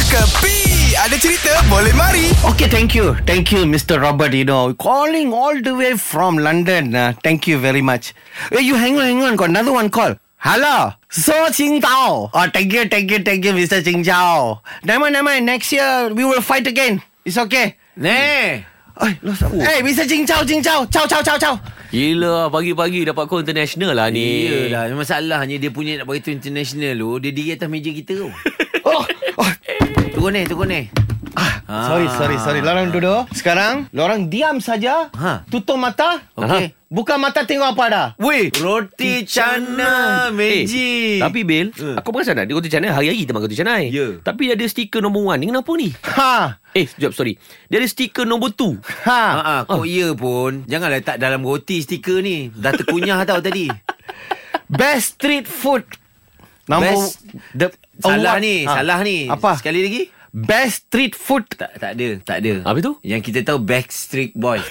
Kepi Ada cerita boleh mari Okay, thank you. Thank you, Mr. Robert, you know. Calling all the way from London. Uh, thank you very much. Hey, you hang on, hang on. Got another one call. Hello. So Ching Tao. Oh, thank you, thank you, thank you, Mr. Ching Tao. Never mind, never mind. Next year, we will fight again. It's okay. Neh Ay, lost oh. Hey, Mr. Ching Tao, Ching Tao. Ciao, ciao, ciao, ciao. Gila pagi-pagi dapat call international lah ni Yelah Masalahnya dia punya nak beritahu international tu Dia diri atas meja kita tu Oh, oh. Turun ni Turun ni Ah. Sorry, sorry, sorry. Lorang duduk. Sekarang, lorang diam saja. Ha. Tutup mata. Okey. Buka mata tengok apa dah. Weh Roti cana Meji Tapi Bil uh. Aku perasan tak Dia roti canai Hari-hari kita makan roti canai Eh. Ya. eh? Tapi ada stiker nombor 1 ni Kenapa ni? Ha. Eh sekejap sorry Dia ada stiker nombor 2 Ha. ah, Ha, kok ya pun Jangan letak dalam roti stiker ni Dah terkunyah tau tadi Best street food Number Best the, Salah award. ni Ah. Ha. Salah ni Apa? Sekali lagi Best street food Tak tak ada Tak ada Habis tu? Yang kita tahu Backstreet Boy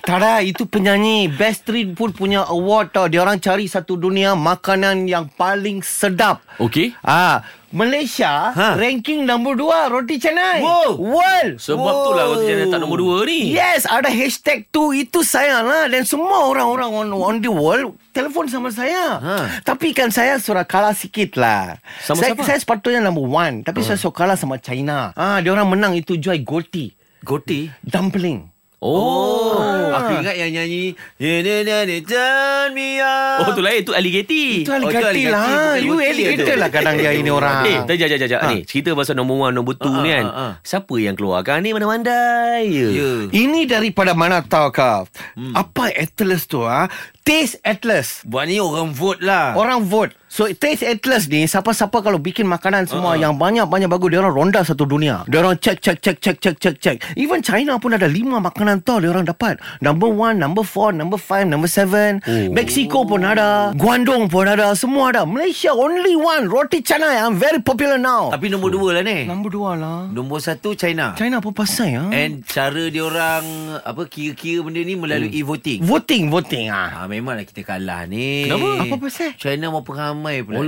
Tara itu penyanyi Best street food punya award tau Dia orang cari satu dunia Makanan yang paling sedap Okey. Ah, Malaysia ha. Ha. Ranking nombor dua Roti canai Wow. World Sebab tu lah roti canai letak nombor 2 ni Yes, ada hashtag tu itu saya lah dan semua orang-orang on, on the world telefon sama saya. Ha. Ha. Tapi kan saya sudah kalah sikit lah. Sama saya, siapa? saya sepatutnya number one, tapi ha. saya sudah kalah sama China. Ah, dia orang menang itu jual goti, Goti dumpling. Oh Oh, Aku ingat yang nyanyi Ye, ne, ne, ne, Turn me up Oh tu lain tu alligator Itu oh, itu alligator alligator, lah. bukan You goti alligator tu. lah kadang dia ini orang. Eh, tak, jap, jap, jap. Ha. Ni, cerita pasal nombor 1, nombor 2 Ah, ni ah, kan. ah, ah. Siapa yang keluarkan ni mandai-mandai je. Ya Ini daripada mana tahu kau? Hmm. Apa atlas tu ah? Taste atlas. Buat ni orang vote lah Ah. Orang vote So Taste Atlas ni Siapa-siapa kalau bikin makanan semua uh-huh. Yang banyak-banyak bagus Dia orang ronda satu dunia Dia orang check check check check check check check Even China pun ada lima makanan tau Dia orang dapat Number one Number four Number five Number seven oh. Mexico pun ada Guangdong pun ada Semua ada Malaysia only one Roti canai I'm very popular now Tapi nombor dua lah ni Number dua lah Nombor satu China China pun pasal ya And cara diorang Apa kira-kira benda ni Hmm. Melalui voting Voting voting ah. Ha, memanglah kita kalah ni Kenapa? Apa pasal? Oh, China mau pengamai pula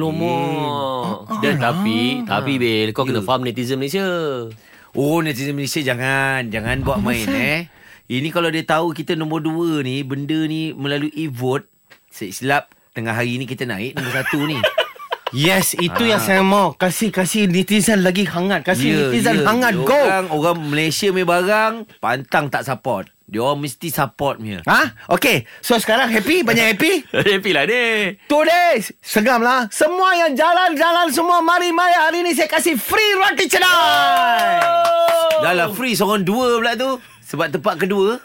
Alamak Dan Ah, tapi Tapi Bil Kau Ya. kena faham netizen Malaysia ni. Oh netizen Malaysia jangan Jangan buat main eh Ini kalau dia tahu kita nombor dua ni Benda ni melalui vote Silap Tengah hari ni kita naik Nombor satu ni Yes Itu yang saya mau Kasih-kasih netizen lagi hangat Kasih Ya, yeah, netizen yeah. hangat Go Orang, orang Malaysia punya barang Pantang tak support Dia orang mesti support punya Ha? Okay. So sekarang happy? Banyak happy? Happy lah ni Two days. Segam lah. Semua yang jalan-jalan semua. Mari-mari hari ni saya kasih free roti canai. Dah lah free seorang dua pula tu Sebab tempat kedua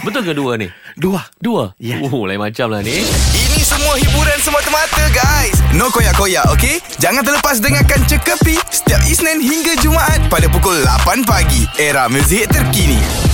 Betul ke dua ni? Dua. Dua? Ya Oh lain macam lah ni Ini semua hiburan semata-mata guys No koyak-koyak okay Jangan terlepas dengarkan Cekapi Setiap Isnin hingga Jumaat Pada pukul 8 pagi Era muzik terkini